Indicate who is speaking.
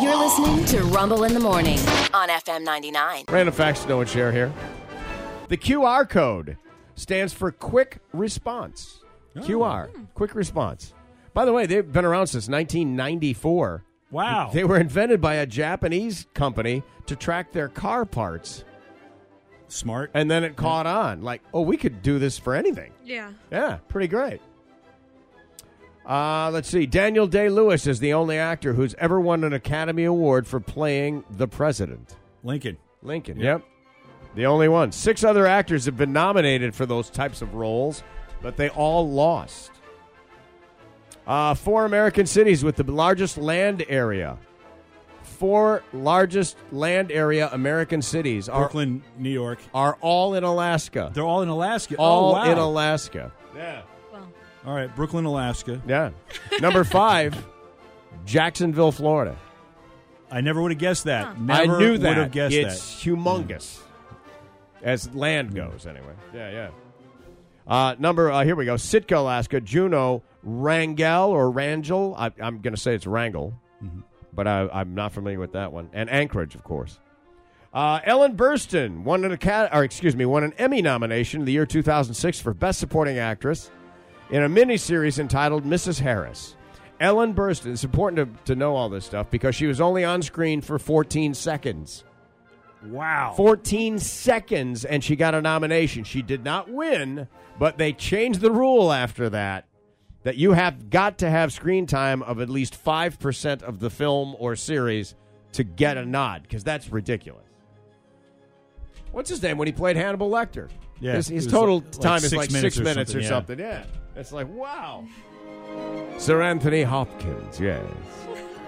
Speaker 1: You're listening to Rumble in the Morning on FM 99.
Speaker 2: Random facts to know and share here. The QR code stands for quick response. QR, quick response. By the way, they've been around since 1994.
Speaker 3: Wow.
Speaker 2: They were invented by a Japanese company to track their car parts,
Speaker 3: Smart.
Speaker 2: and then it caught on. Like, oh, we could do this for anything.
Speaker 4: Yeah.
Speaker 2: Yeah, pretty great. Uh, let's see. Daniel Day Lewis is the only actor who's ever won an Academy Award for playing the president.
Speaker 3: Lincoln.
Speaker 2: Lincoln. Yep. The only one. Six other actors have been nominated for those types of roles, but they all lost. Uh, four American cities with the largest land area. Four largest land area American cities are,
Speaker 3: Brooklyn, New York.
Speaker 2: are all in Alaska.
Speaker 3: They're all in Alaska.
Speaker 2: all
Speaker 3: oh, wow.
Speaker 2: in Alaska.
Speaker 4: Well,
Speaker 3: all right, Brooklyn, Alaska.
Speaker 2: Yeah. Number five, Jacksonville, Florida.
Speaker 3: I never would have guessed that.
Speaker 2: I
Speaker 3: Never
Speaker 2: knew that.
Speaker 3: would have guessed
Speaker 2: it's humongous, Mm. as land goes, anyway. Yeah, yeah. Uh, number uh, here we go. Sitka, Alaska. Juno Wrangell or Wrangell. I, I'm going to say it's Wrangell, but I, I'm not familiar with that one. And Anchorage, of course. Uh, Ellen Burstyn won an Acad- or excuse me, won an Emmy nomination in the year 2006 for Best Supporting Actress in a miniseries entitled Mrs. Harris. Ellen Burstyn, it's important to, to know all this stuff because she was only on screen for 14 seconds.
Speaker 3: that. Wow.
Speaker 2: 14 seconds, and she got a nomination. She did not win, but they changed the rule after that that you have got to have screen time of at least 5% of the film or series to get a nod because that's ridiculous. What's his name when he played Hannibal Lecter?
Speaker 3: Yeah,
Speaker 2: his,
Speaker 3: it
Speaker 2: his
Speaker 3: was
Speaker 2: total
Speaker 3: like- like
Speaker 2: time is
Speaker 3: six
Speaker 2: like
Speaker 3: minutes
Speaker 2: six
Speaker 3: or
Speaker 2: minutes or something.
Speaker 3: something,
Speaker 2: Yeah. It's like, wow. Sir Anthony Hopkins, yes.